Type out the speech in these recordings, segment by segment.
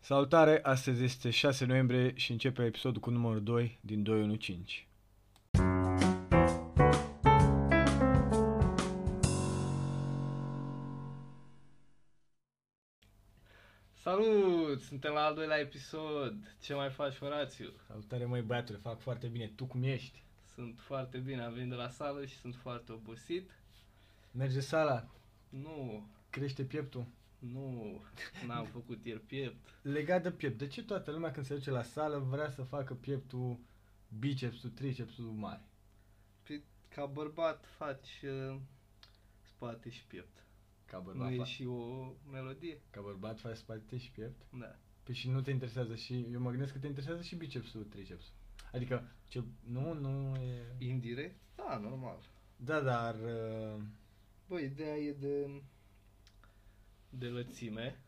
Salutare, astăzi este 6 noiembrie și începe episodul cu numărul 2 din 215. Salut! Suntem la al doilea episod. Ce mai faci, Horațiu? Salutare măi băiatule, fac foarte bine, tu cum ești? Sunt foarte bine, am venit de la sală și sunt foarte obosit. Merge sala, Nu, crește pieptul. nu, n-am făcut ieri piept. Legat de piept, de ce toată lumea când se duce la sală vrea să facă pieptul, bicepsul, tricepsul mare? Păi, Ca bărbat faci uh, spate și piept. Ca nu bărbat, e fa- și o melodie? ca bărbat faci spate și piept? Da. Păi și nu te interesează și, eu mă gândesc că te interesează și bicepsul, tricepsul. Adică, ce, nu, nu e... Indirect? Da, normal. Da, dar... uh, Bă, ideea e de... de lățime.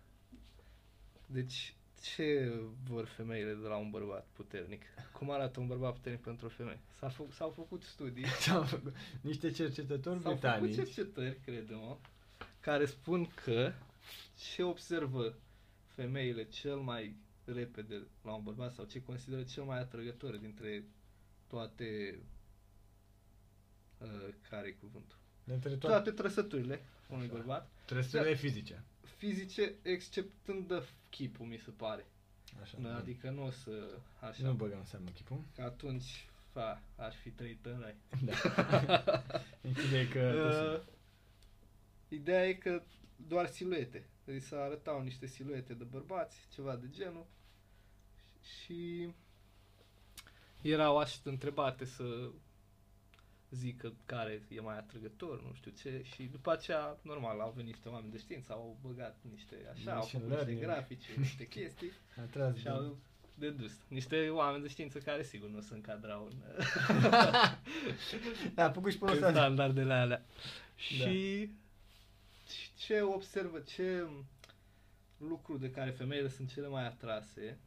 Deci, ce vor femeile de la un bărbat puternic? Cum arată un bărbat puternic pentru o femeie? S-a fă- s-au făcut studii, S-au făcut niște cercetători s-au făcut britanici. cercetări, credem, care spun că ce observă femeile cel mai repede la un bărbat sau ce consideră cel mai atrăgător dintre toate... Uh, care cuvântul? Dintre toate Toate trăsăturile unui Așa. bărbat. Da. trăsările fizice. fizice, exceptând de chipul, mi se pare. Așa. Da, adică nu o să... Așa. Nu băgăm seama chipul. Că atunci, fa, ar fi trăit în rai. Da. Închide că... Uh, ideea e că doar siluete. Deci să arătau niște siluete de bărbați, ceva de genul. Și erau așa întrebate să zică care e mai atrăgător, nu știu ce. Și după aceea, normal, au venit niște oameni de știință, au băgat niște așa, au Machine făcut niște learning. grafice, niște chestii. a tras Și de... au dedus. Niște oameni de știință care sigur nu se încadrau în, Da, făcut și în până asta. standardele alea. Da. Și și ce observă, ce lucru de care femeile sunt cele mai atrase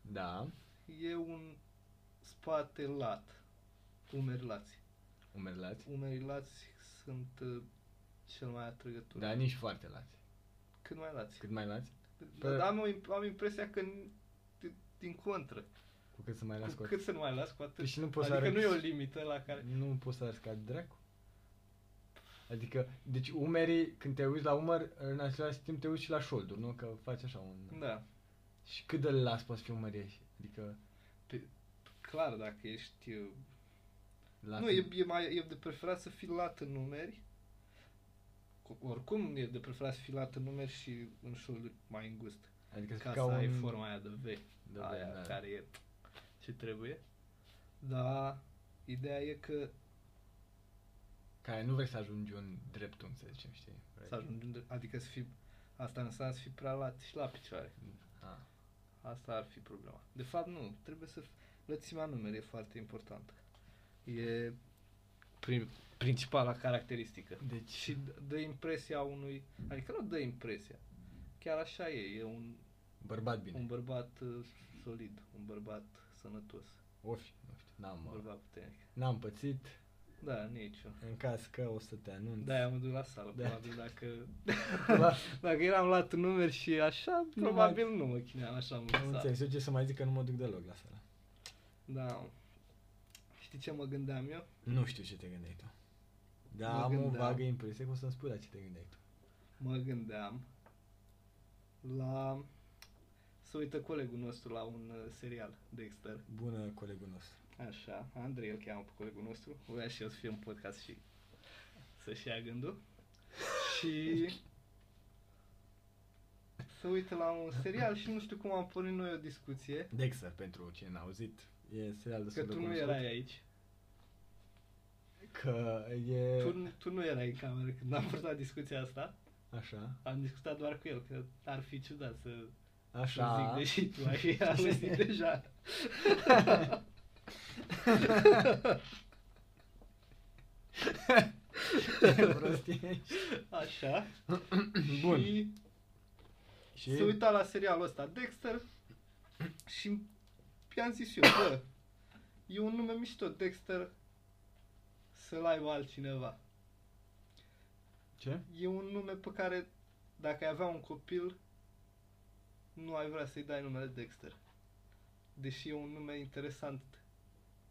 Da, e un spate lat, umeri lați. umeri lați. Umerii lați sunt uh, cel mai atrăgător. Da, nici foarte lați. Cât mai lați. Cât mai lați, Dar am, o imp- am impresia că n- din- din contră. cu cât să mai lați Cu cu cât să nu mai las, cu atât. Deci nu poți să Adică nu e o arăți- limită la care... Nu poți să arăți ca dracu. Adică, deci umerii, când te uiți la umăr, în același timp te uiți și la șolduri, nu? Că faci așa un... Da. Și cât de las poți fi umării așa? Adică... Clar, dacă ești... uh, Lat Nu, e, e, mai, e de preferat să fii lat în numeri. Cu- Oricum e de preferat să fii lat în numeri și în șolduri mai îngust. Adică Ca, ca, să un... ai forma aia de V, de aia da. care e ce trebuie. Dar ideea e că care nu vrei să ajungi un dreptunghi, să zicem, știi? Vrei- să ajungi unde, adică să fii, asta înseamnă să fii prea lat și la picioare. Ah, Asta ar fi problema. De fapt, nu. Trebuie să... Lățimea numere e foarte importantă. E prim, principala caracteristică. Deci- Și d- dă impresia unui... Adică nu dă impresia. Chiar așa e. E un, bărbat bine. un bărbat uh, solid. Un bărbat sănătos. Ofi, nu știu, n-am, Un uh, bărbat puternic. n-am pățit, Da, niciun. în caz că o să te anunț. Da, aia mă duc la sală, Da. probabil dacă, dacă eram luat în numeri și așa, Nu probabil nu mă chineam așa Nu mult. la sală. înțeleg, eu ce să mai zic că nu mă duc deloc la sală. Da. Știi ce mă gândeam eu? Nu știu ce te gândeai tu. Mă Da, am o gândeam. vagă impresie că o să-mi spui la ce te gândeai tu. mă gândeam la... Să uită colegul nostru la un uh, serial, Dexter. Bună, colegul nostru. Așa, Andrei îl cheamă pe colegul nostru. Voia și eu să fie în podcast și să-și ia gândul. Și să uită la un serial și nu știu cum am pornit noi o discuție. Dexter, pentru cine n-a auzit, e serial Că destul de tu nu cunoscut. erai aici. Că e... Tu, nu- tu nu erai în cameră când am purtat discuția asta. Așa, Am discutat doar cu el, că ar fi ciudat să așa. Așa. Zic, deși tu ai fi auzit deja. Prostie. Așa. Bun. Și, Și se uita la serialul ăsta, Dexter, și i-am zis eu, bă, e un nume mișto, Dexter, să-l aibă altcineva. ce? E un nume pe care, dacă ai avea un copil, nu ai vrea să-i dai numele Dexter. Deși e un nume interesant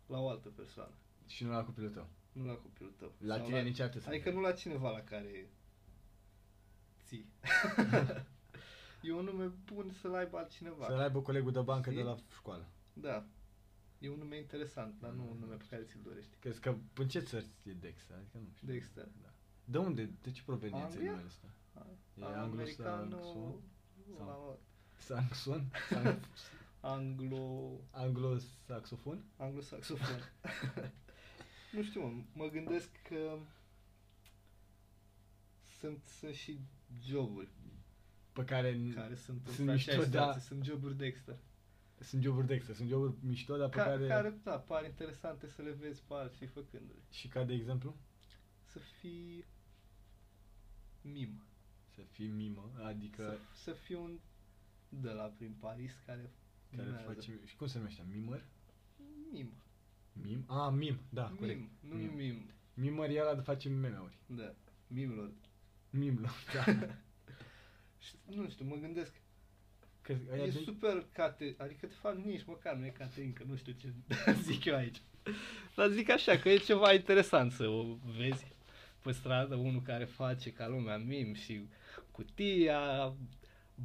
la o altă persoană, Și nu la copilul tău. nu la copilul tău. La Sau tine nici atât. să Adică nu nu la cineva la care ții. e un nume bun să-l aibă altcineva. Să-l aibă colegul de bancă de Știi? la școală. Da. E un nume interesant, dar Mm. nu un nume pe care ți-l dorești. Crezi că în ce țări e Dex? Adică nu știu. Dexter. Da. De unde? De ce proveniență e Anglia? numele ăsta? E Anglo-saxon? anglo-saxon? sau- Saxon? Sang- Anglo... Anglo-saxofon? Anglo-saxofon. nu știu, mă, mă gândesc că sunt, sunt și joburi Pe care, care sunt Mm. Sunt în aceeași mișto, da. situație. Sunt joburi Dexter. sunt joburi Dexter, sunt joburi mișto, dar pe Ca, care... care... care, da, par interesante să le vezi pe alții făcându-le. Și ca de exemplu? Să fii mim. Să fii mimă, adică Să, să fii un de la prin Paris care, care mimează. face... Și cum se numește? Mimăr? Mim. Mim? Ah, mim, da, mim, corect. nu Mim. mim. mim. Mimăr e ăla de face meme-uri. Da, mimilor. Mim, da. Și, Nu știu, mă gândesc. Crezi că e aia de... super cate, adică de fapt nici măcar nu e caterincă, nu știu ce zic eu aici. Dar zic așa, că e ceva interesant să o vezi pe stradă, unul care face ca lumea mim și cutia,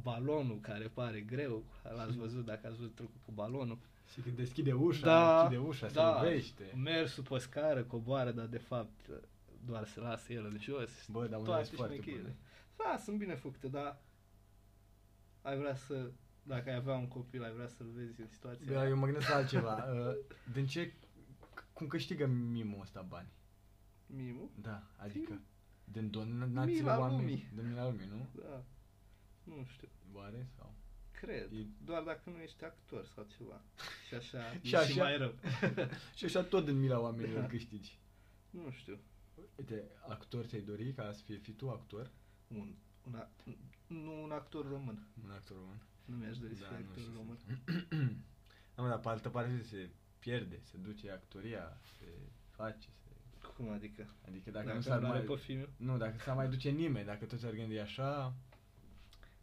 balonul care pare greu, l-ați văzut dacă ați văzut trucul cu balonul. Și când deschide Mm. ușa, Da, închide ușa, da. se lovește. Mersul pe scară, coboară, dar de fapt doar se lasă el în jos. Bă, dar unele Toate sunt foarte șmecherile. bune. Da, sunt bine făcute, dar ai vrea să, dacă ai avea un copil, ai vrea să-l vezi în situația Da, aia. eu mă gândesc la altceva. Uh, Din ce... Cum câștigă mimul ăsta bani? Mimu? Da, adică... Din donațiile Mila oamenilor. lumii. Din mila lumii, nu? Da. Nu știu, Oare? Sau? cred. E- Doar dacă nu ești actor sau ceva. Și așa Și și, e așa... și așa- mai rău. Și așa tot din mila oamenilor Da. câștigi. nu știu. Uite, actor ți-ai dori ca să fie fi tu actor? Un, un a, nu un actor român. Un actor român? Nu mi-aș dori să fiu nu actor știu. român. Da, mă, dar pe altă parte se pierde, se duce actoria, se face, se... Cum adică? Adică dacă, dacă nu s-ar mai... pe filmul? Nu, dacă s-ar mai duce nimeni, dacă toți ar gândi așa...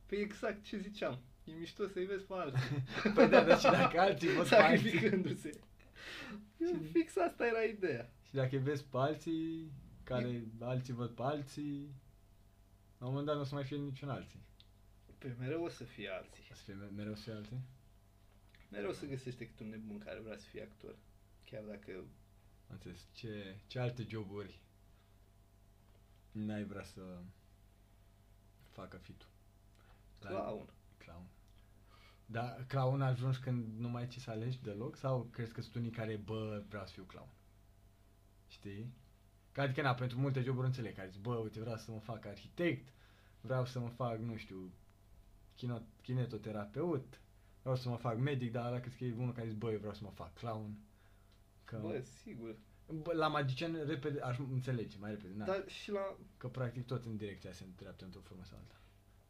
Păi exact ce ziceam. E mișto să-i vezi pe alții. Păi da, dar și dacă alții văd pe alții... Sacrificându-se. Eu, fix asta era ideea. Și dacă îi vezi pe alții, care alții văd pe alții, la un moment dat nu o să mai fie niciun alții. Păi mereu o să fie alții. O să fie me- mereu să fie alții? Mereu se găsește câte un nebun care vrea să fie actor. Chiar dacă Am înțeles. Ce, ce alte joburi n-ai vrea să facă fi tu? La- clown. Clown. Dar clown ajungi când nu mai ai ce să alegi deloc? Sau crezi că sunt unii care, bă, vreau să fiu clown? Știi? Că adică, na, pentru multe joburi înțeleg, care zic, bă, uite, vreau să mă fac arhitect, vreau să mă fac, nu știu, chino, kinetoterapeut, vreau să mă fac medic, dar ăla crezi că e unul care zice, bă, eu vreau să mă fac clown. Că... Bă, sigur. Bă, la magician repede aș înțelege, mai repede, na. Dar și la, Că practic tot în direcția se îndreaptă într-o formă sau alta.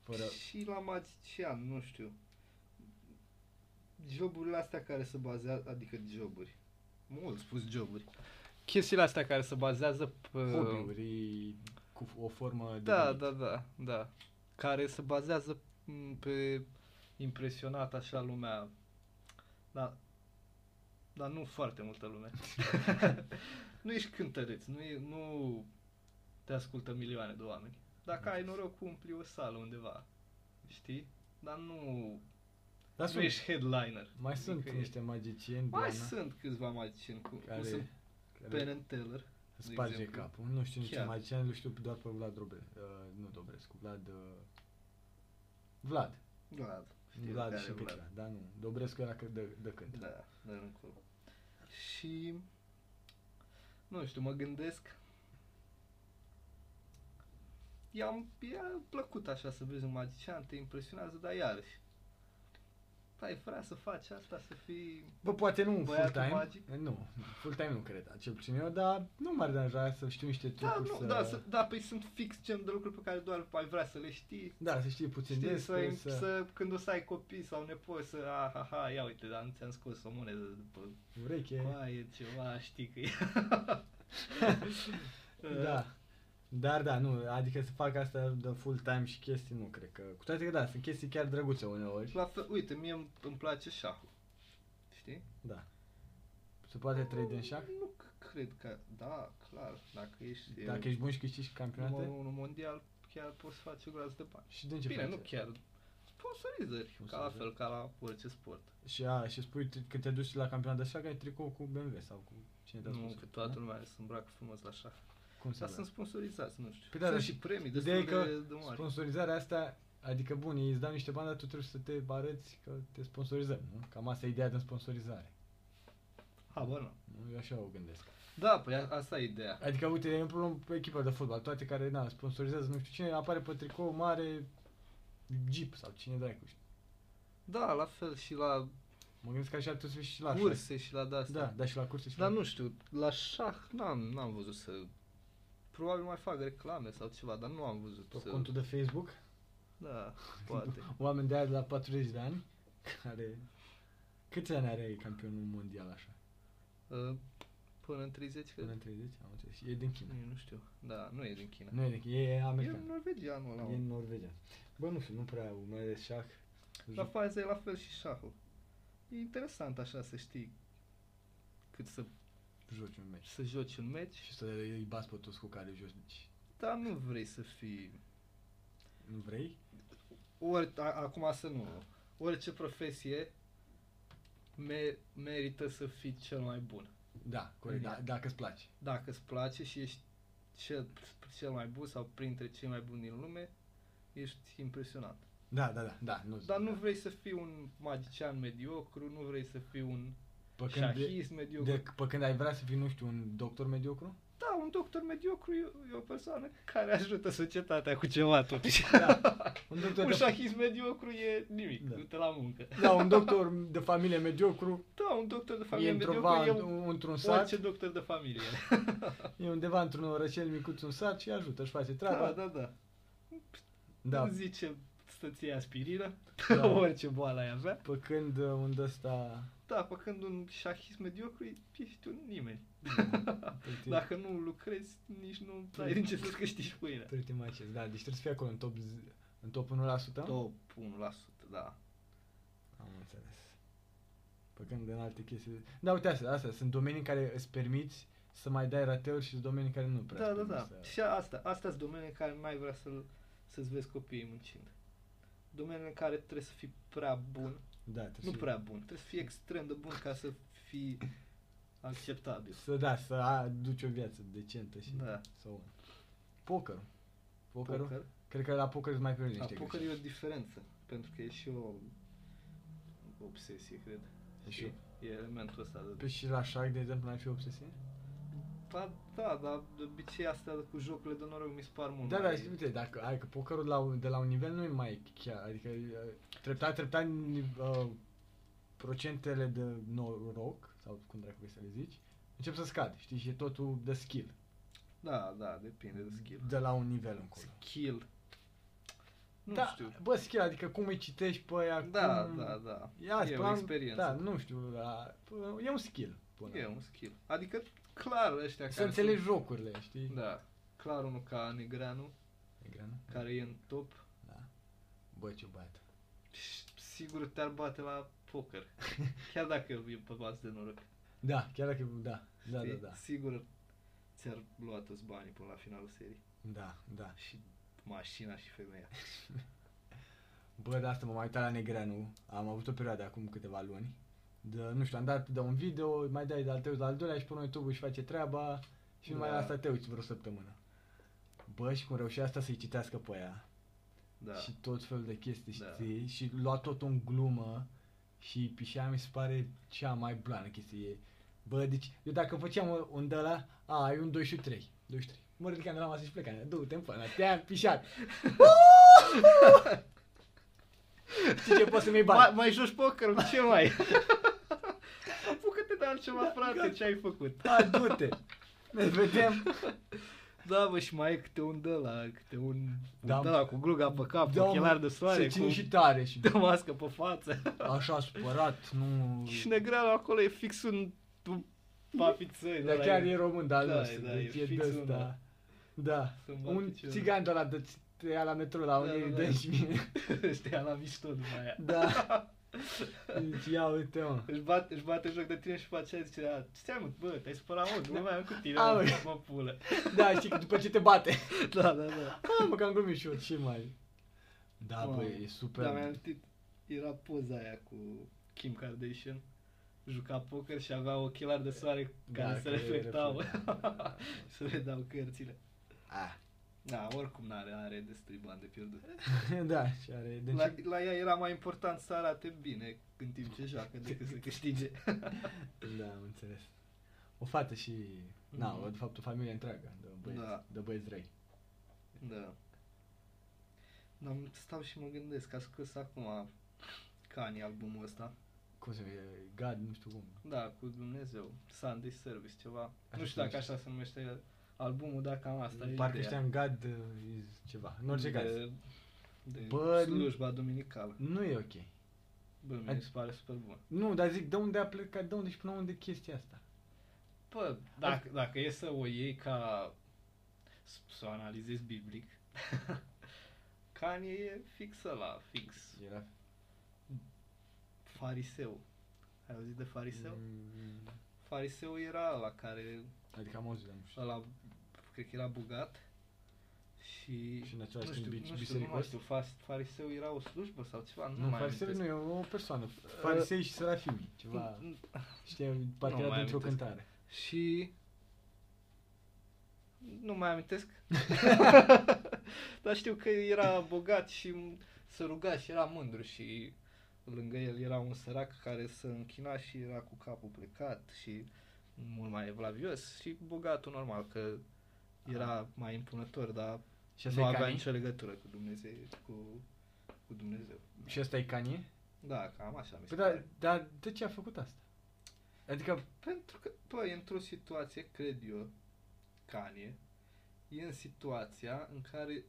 Fără... și la magician, nu știu. Joburile astea care se bazează, adică joburi. Mult spus joburi. Chestiile astea care se bazează pe... hobby-uri cu o formă de Da, venit. da, da, da. Care se bazează m, pe impresionat așa lumea. Da. Dar nu foarte multă lume. nu ești cântăreț, nu, e, nu te ascultă milioane de oameni. Dacă ai noroc, umpli o sală undeva, știi? Dar nu, Dar nu sunt, ești headliner. mai sunt Adică niște magicieni, Mai Diana, sunt câțiva magicieni cu, care, care, cu sunt Penn care and Teller. de sparge exemplu. capul. Nu știu nici Chiar. magician, nu știu doar pe Vlad Dobre, uh, nu Dobrescu, Vlad... Uh, Vlad. Vlad. știi Vlad care și e Vlad. Câtlea, da, nu. Dobrescu era că de, de când. Da, dar încolo. Și nu știu, mă gândesc I-am, i-a plăcut așa să vezi un magician, te impresionează, dar iarăși. Ai vrea să faci asta, să fii... Bă, poate nu Băiatul full-time, magic? nu, full-time nu cred, cel puțin eu, dar nu m-ar deranja să știu niște Da, trucuri nu, să... da, să, da, păi sunt fix gen de lucruri pe care doar ai vrea să le știi. da, să știi puțin Știi, să, despre, ai- să... să, când o să ai copii sau nepoți, să, ah, ha, ha, ia uite, dar nu ți-am scos o monedă după ureche, Coaie, ceva, știi că e. da. Dar da, nu, adică să fac asta de full time și chestii, nu cred că... Cu toate că da, sunt chestii chiar drăguțe uneori. La fel, uite, mie îmi, îmi place șahul. Știi? Da. Se poate trade în șah? Nu c- cred că, da, clar, dacă ești, Dacă ești bun și câștigi campionate? numărul unu mondial, chiar poți să faci o groază de bani. Și din ce Ce Bine, faci? nu chiar. Sponsorizări, ca la Sponsorizări. Păi fel ca la orice sport. Și, a, și spui t- când te duci la campionat de șah, ai tricou cu BMW sau cu cine te-a Nu, spus? că toată Da? lumea se îmbracă frumos la așa. Cum se Dar da? sunt sponsorizați, nu știu. Păi da, sunt dar și premii destul Ideea de, e că de mari. sponsorizarea asta, adică bun, ei îți dau niște bani, dar tu trebuie să te arăți că te sponsorizăm, nu? Cam asta e ideea de sponsorizare. Ha, bă, nu. Nu? Eu așa o gândesc. Da, păi a- asta e ideea. Adică, uite, de exemplu, luăm pe echipa de fotbal, toate care, na, sponsorizează nu știu cine, apare pe tricou mare Jeep sau cine dracu știu. Da, la fel și la Mă gândesc că așa ar trebui să fie și la șah. curse și la de-astea. Da, da, și la curse și Dar la... nu știu, la șah n-am, n-am văzut să... Probabil mai fac reclame sau ceva, dar nu am văzut Pe să... contul de Facebook, Da, poate. oameni de aia de la 40 de ani, care... Câți ani are campionul mondial așa? Uh, Până în 30, cred. Până în 30? Am înțeles. E din China. Nu, nu știu. Da, nu e din China. Nu e din China, e E american. norvegianul ăla. E mă. în Norvegia. Bă, nu știu, nu prea urmăresc șah. La faza e la fel și șahul. E interesant așa să știi cât să, Joci un meci. să joci un meci, Și să îi bați pe toți cu care joci. deci, dar nu vrei să fii... Nu vrei? Ori, a, acum să nu... Orice profesie me, merită să fii cel mai bun. Da, corect. Da, Bine. dacă îți place. Dacă îți place și ești cel, cel mai bun sau printre cei mai buni din lume, ești impresionat. Da, da, da, da. Nu, Dar nu vrei să fii un magician mediocru, nu vrei să fii un Pe când, de, șahist mediocru. de, pe când ai vrea să fii, nu știu, un doctor mediocru? Da, un doctor mediocru e, e o persoană care ajută societatea cu ceva totuși. Da. Un doctor, un de, șahist mediocru e nimic, Da. du-te la muncă. da, un doctor de familie mediocru Da, un doctor de e familie într-o mediocru va, e un, într-un orice sat, doctor de familie. e undeva într-un orășel micuț un sat și ajută, își face Da, treaba. da, da. da. Da, Nu zice să-ți iei aspirină, Da. da. orice boală ai avea. pe când uh, unde ăsta... Da, pe când un șahist mediocru e- ești un nimeni. Da, efectiv, Dacă nu lucrezi, nici nu ai din ce să-ți câștigi pâinea. Pretty much, yes. da, deci trebuie să fie acolo în top, z- în top 1%? Top 1%, da. Am înțeles. Pe când în alte chestii... Da, uite, astea, astea sunt domenii în care îți permiți să mai dai rateuri și sunt domenii în care nu prea Da, îți da, da. permiți Să... Și asta, astea sunt domenii în care n-ai vrea să-l, să-ți vezi copiii muncind. Domenii în care trebuie să fii prea bun, Da, trebuie nu să- prea bun, trebuie să fii extrem de bun ca să fii acceptabil. Să, da, să aduci o viață decentă și... Da. Sau... Poker. Pokerul? Poker. Poker, Cred că la poker îți mai permiți la niște poker e greșeli. o diferență, pentru că e și o obsesie, cred. E și- Și e elementul ăsta de... Pe și la șac, de exemplu, n-ai fi obsesie? Da, da, dar de obicei astea cu jocurile de noroc mi se par mult Da, da, mai- știi, uite, dacă, hai că pokerul la, un- de la un nivel nu e mai chiar, adică uh, treptat, treptat ni- uh, procentele de noroc, sau cum dracu vrei să le zici, încep să scad, știi, și e totul de skill, Da, da, depinde de skill. de la un nivel încolo. Skill. Nu da, știu. bă, skill, adică cum îi citești pe aia, Da, cum... da, da. Ia, E o plan- experiență. Da, nu știu, la, pă- e un skill. Până. E un skill. Adică, clar, ăștia Să care înțelegi jocurile, știi? Sunt, da. Clar unul ca Negreanu, E greu, nu? care e în top, Da. Bă, ce băiat. și sigur te-ar bate la poker. Chiar dacă e pe bază de noroc. Da, chiar dacă, da, da, da, știi? da, Sigur ți-ar lua toți banii până la finalul serii. da, da. Și mașina și femeia. Bă, de asta m-am uitat la Negreanu. Am avut o perioadă acum câteva luni. De, nu știu, am dat de un video, mai dai de al tău, de al doilea și până YouTube își face treaba și numai Da. la asta te uiți vreo săptămână. Bă, și cum reușea asta să-i citească pe ea Da. și tot felul de chestii, Da. știi? Și lua tot în glumă și pișea mi se pare cea mai blană chestie ei. Bă, deci, eu dacă făceam un de la, a, ai un 2 și 3, 2 și 3. Mă ridicam de la masă și plecam, du-te în până, te-am pișat. Știi ce poți să-mi bani? Mai, mai joci poker, ce mai? Apucă-te de altceva, frate, ce ai făcut? Da, du-te! Ne vedem! Da, bă, și mai e câte un de la, câte un, Da, un de la cu gluga pe cap, Da, da, ochelari mă, de soare, Se cu ține și tare și de mască pe față. așa supărat, nu... Și negrealul acolo e fix un, un papițăi. Dar ăla chiar e român, dar Da, nu, da, e deci e fix de unul. ăsta. Da. Să-mi bat Un piciorul. țigan de la de te ia la metro la Da, unii, da, îi da. dă și mie. Știa la mișto după aia. Da. Deci ia uite mă. Își, bat, își bate joc de tine și face aia zice, "A, ce stai mă, bă, te-ai supărat mă, nu mai am cu tine, Au. mă, mă pulă. Da, știi că după ce te bate. Da, da, da. Ah, mă, că am glumit și eu, ce mai... Da, Mamă. bă, e super. Dar mi-am amintit, era poza aia cu Kim Kardashian, juca poker și avea ochelari de soare care Da, se reflectau, reflectau. se vedeau cărțile. Ah, Da, oricum n-are, are destui bani de pierdut. da, și are... Deci, La, la ea era mai important să arate bine în timp ce joacă decât să câștige. Da, am înțeles. O fată și... Na, Mhm. o, de fapt o familie întreagă de băieți, Da. de băieți răi. Da. Dar m- stau și mă gândesc, a scos acum Kanye albumul ăsta. Cum se vede? God, nu știu cum. Da, cu Dumnezeu, Sunday Service, ceva. Așa nu se știu dacă numește. așa se numește albumul, dar cam asta e Parcă ideea. știam God uh, is ceva. În orice caz. De, de Bă, Bă, slujba duminicală. Nu e ok. Bă, mi se pare super bun. Nu, dar zic, de unde a plecat, de unde și până unde chestia asta? Bă, dacă, dacă e să o iei ca... s- să o analizezi biblic, Kanye e fix la fix Era... fariseu. Ai auzit de fariseu? Mm, Fariseul era la care, Adică am auzit, dar nu știu. ăla, cred că era bogat și, Și în același nu timp știu, bici- nu știu, nu mai bisericos? știu, fas- fariseul era o slujbă sau ceva, nu, Nu, mai fariseu nu amintesc. e o persoană. Uh, Farisei și serafimi, ceva. N- Știi, parcă Nu era mai dintr-o amintesc. cântare. Și nu mai amintesc, dar știu că era bogat și se ruga și era mândru și lângă el era un sărac care se închina și era cu capul plecat și mult mai evlavios și bogatul normal că Ah. era mai impunător, dar Și nu asta e avea Kanye? nicio legătură cu Dumnezeu, cu, cu Dumnezeu. Și asta e Kanye? Da, cam așa mi se Păi da, pare. dar de ce a făcut asta? Adică, Pentru că, bă, e într-o situație, cred eu, Kanye, e în situația în care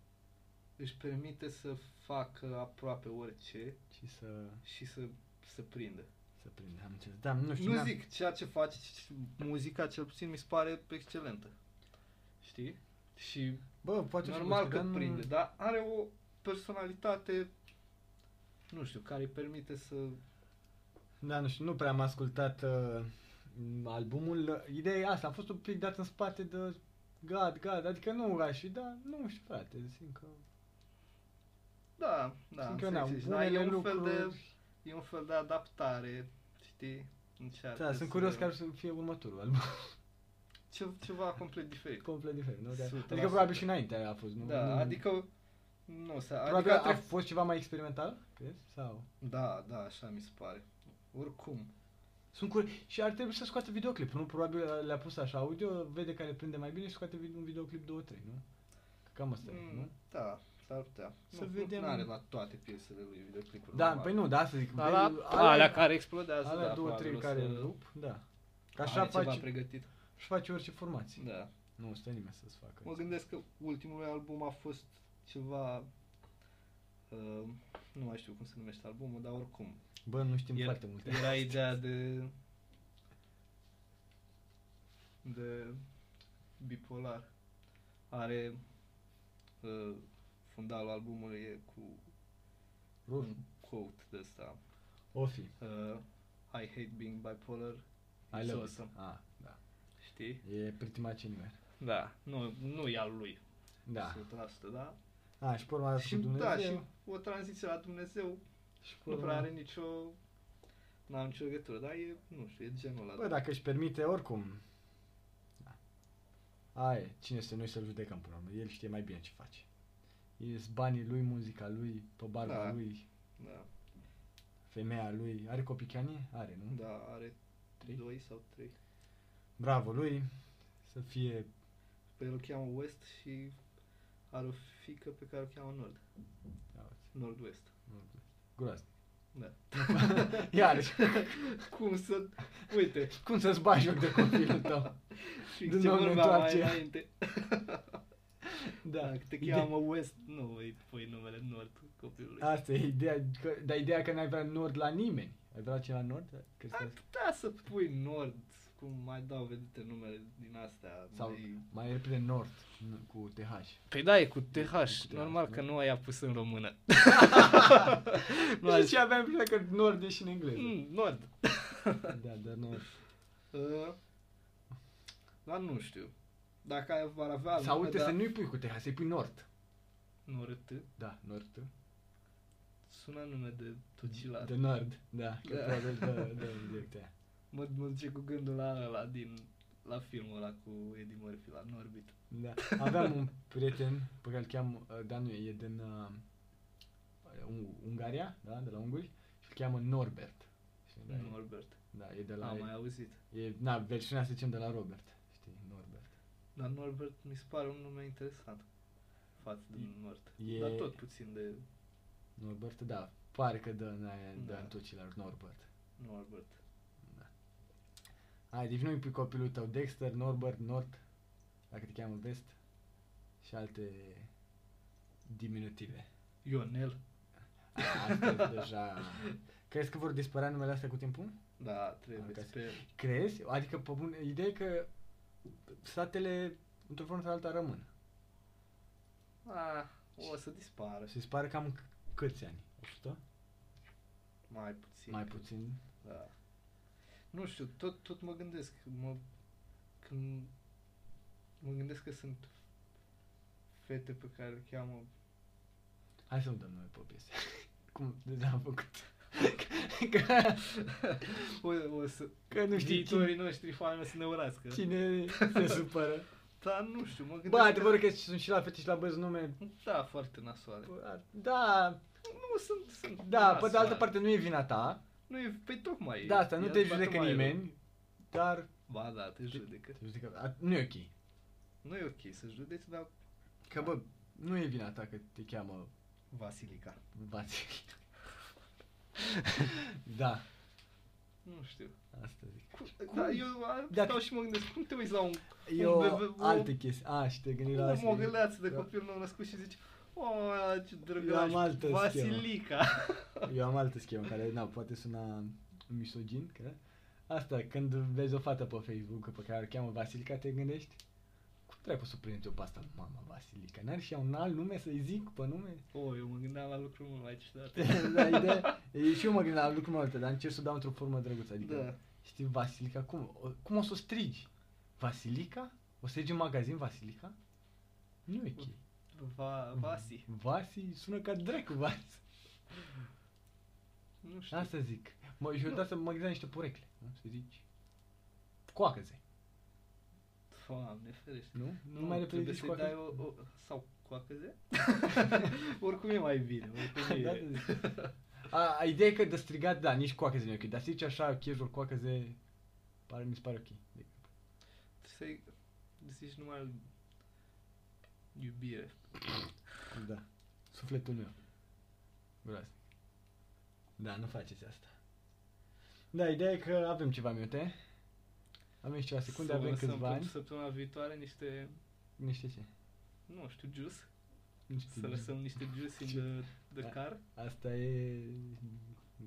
își permite să facă aproape orice și să, și să se prindă. să prinde, am înțeles. Da, nu știu, Nu n-am- zic, ceea ce face și muzica, cel puțin, mi se pare excelentă. Știi? Și Bă, poate o și Normal gustă, că dar nu- prinde, dar are o personalitate, nu știu, care îi permite să... Da, nu știu, nu prea am ascultat uh, m- albumul. Ideea e asta, am fost un pic dat în spate de God, God, adică nu aș fi, dar nu știu, frate, simt că... Da, da, simt am că na, înțeles, da, e bunele un fel de, lucruri- e un fel de adaptare, știi? Încearcă Da, să- sunt curios care o să fie următorul album, Ce, ceva complet diferit. complet diferit, nu? Dar- 100%. Adică probabil și înainte a fost, nu? Da, nu, adică, nu, se, Probabil adică a, a tref- fost ceva mai experimental, crezi? Sau... Da, da, așa mi se pare. Oricum, Sunt curios. Și ar trebui să scoată videoclip, nu? Probabil le-a pus așa audio, vede care prinde mai bine și scoate vid- un videoclip 2-3, nu? Că Cam asta e, nu? mm, da, s-ar putea. Să nu, vedem. Nu are la toate piesele lui videoclipuri. Da, normal. păi nu, da, asta zic. Dar la alea, care explodează, alea da, două, probabil trei o care să- rup, da. Că așa are ceva faci, pregătit. își face orice formație. Da. Nu, stă nimeni să-ți facă. Mă gândesc că ultimul lui album a fost ceva... Uh, nu mai știu cum se numește albumul, dar oricum. Bă, nu știm Era- foarte multe. Era ideea de... de bipolar. Are... Uh, fundalul albumului e cu Ruf, un quote de ăsta. Ofi, Uh, I hate being bipolar. I love it. awesome. Ah, da. Știi? E pretty much anywhere. Da. Nu, nu e al lui. Da. 100%, da? A, și pe urmă a Și, făcut da, și Dumnezeu. o tranziție la Dumnezeu Și pe Nu urmă- prea are nicio... N-am nicio legătură, dar e, nu știu, e genul ăla. Bă, de- dacă își permite, oricum. Da. Aia, e, cine este noi să-l judecăm până la urmă. El știe mai bine ce face. E banii lui, muzica lui, pe barba Da. lui, Da, femeia lui. Are copii Kanye? Are, nu? da, are Trei? 2 sau 3. Bravo lui. Să fie... Pe el o cheamă West și are o fică pe care o cheamă Nord. Ia uite, Nord-West. nu- Groaznic. Da. Iarăși, Cum să... Uite, cum să-ți bagi joc de copilul tău? fix Din ce nou ne vorbeam mai întoarcem. înainte. Da. Dacă te Ide- cheamă West, nu îi pui numele Nord copilului. Asta e ideea, că, Ah. dar ideea că n-ai vrea nord la nimeni. Ai vrea cineva nord? Crezi că Ar putea să pui Nord cum mai dau vedete numele din astea. Sau- Mai... Mai e prin Nord, n- cu TH. Păi da, e cu TH, TH, normal nu? că nu ai pus în română. Nu știu ce aveam impresia că Nord e și în engleză. Mm, Nord. Da, dar Nord. Uh, dar nu știu. Dacă ai- ar avea Sau nume, uite da, să nu-i pui cu TH, să-i pui Nord. Nu rât. Da, Nord. Sună nume de tocilat. De Nord, da. Că Da. probabil dă, dă în direct aia. Mă, mă duce cu gândul la ăla din la filmul ăla cu Eddie Murphy la Norbit. Da. Aveam un prieten pe care îl cheam, uh, dar nu e, e din uh, Un- Ungaria, da, de la unguri, și îl cheamă Norbert. Știi, da, e- Norbert. da, e de la, L-am mai auzit. e, na, versiunea să zicem de la Robert, știi, Norbert. Dar Norbert mi se pare un nume interesant față de un Nord. E- Dar tot puțin de Norbert, da, pare că dă în aia, dă Da. în tot celălalt Norbert. Norbert. Hai, deci nu-i pui copilul tău Dexter, Norbert, Nord, dacă te cheamă Vest, și alte diminutive. Ionel. Asta deja... Crezi că vor dispărea numele astea cu timpul? Da, trebuie. Aruncați. Sper. Crezi? Adică, pe bun, ideea e că satele, într-o formă sau alta, rămân. Ah, o să dispară. Se spare cam c- câți ani? 100? Mai puțin. Mai puțin? Da. Nu știu, tot, tot mă gândesc. Mă, când mă gândesc că sunt fete pe care le cheamă Hai să nu dăm noi pe piese. Cum deja am făcut. Că, O, o să... că nu știi Viitorii cine, noștri fani o să ne urască. cine se supără. Dar nu știu, mă gândesc Bă, adevărul că sunt și la fete și la băieți nume... Da, foarte nasoale. Bă, ar- Da, Nu, sunt, sunt da, pe de altă nasoale. parte nu e vina ta. Nu e, pe tocmai Da, asta nu e te toată judecă mai rău. nimeni. Dar Ba da, te judecă. te judecă, a- nu e ok. Nu e ok să judeci, dar Că bă, nu e vina ta că te cheamă Vasilica. Vasile. da, Nu știu. asta zic. Cu, da, eu a, Dacă- stau și mă gândesc, cum te uiți la un, Eu be- be- alte chestii. A, și te gândi la la o asta. mogăleață de Da. copil nou născut și zici O, ce Eu am drăgălaș, altă schemă." Vasilica. Eu am altă schemă care, na, poate suna misogin, cred. Asta, când vezi o fată pe Facebook pe care o cheamă Vasilica, te gândești? Cum trebuie să prind eu pe asta, mama Vasilica? N-ar și ea un alt nume să-i zic pe nume? O, eu mă gândeam la lucruri mult mai ciudate. da, ideea, e, și eu mă gândeam la lucruri mai multe, dar încerc să o dau într-o formă drăguță. Adică, Da. Știi, Vasilica, cum, o- cum o să o strigi? Vasilica? O să strigi în magazin Vasilica? Nu e ok. Va, Mm. Vasi. Vasi sună ca dracu, Vasi. Nu știu. Asta zic. Mă, și eu Nu. da să mă gândeam niște porecle. Nu? Să zici. Coacă-ze. Doamne, ferește. Nu? Nu, nu mai repede trebuie zici să-i dai coacă. o, o, sau coacăze? oricum e mai bine, oricum Da, e. asta zic. A, a, ideea e că de strigat, da, nici coacă-ze nu e ok. Dar să zici așa, casual coacă-ze, pare, mi se pare ok. Să-i zici numai iubire. Da. Sufletul meu. Groaznic. Da, nu faceți asta. Da, ideea e că avem ceva minute. Avem și ceva secunde, Să avem lăsăm câțiva pentru ani. săptămâna viitoare niște, Niște ce? nu știu, juice. Nu știu. Să lăsăm niște juice in the, Da. the car. Asta e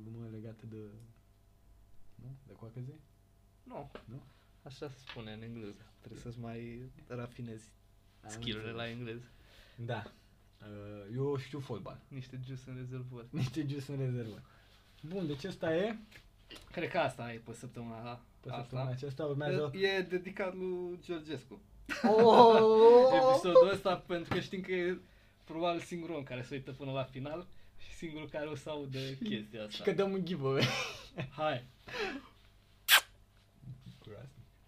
glumă legată de... Nu? De coacăze? Nu. Nu? Așa se spune în engleză. Trebuie să-ți mai rafinezi Am skill la înțeles. engleză. Da. Uh, Eu știu fotbal. Niște juice în rezervor. Niște jus în rezervă. Bun, deci ăsta e. Cred că asta e pe săptămâna Pe săptămâna asta. aceasta urmează... E dedicat lui Georgescu. Oh! episodul ăsta pentru că știm că e probabil singurul om care se uită până la final și singurul care o să audă chestia Și asta. că dăm un giveaway. Hai! Groaznic.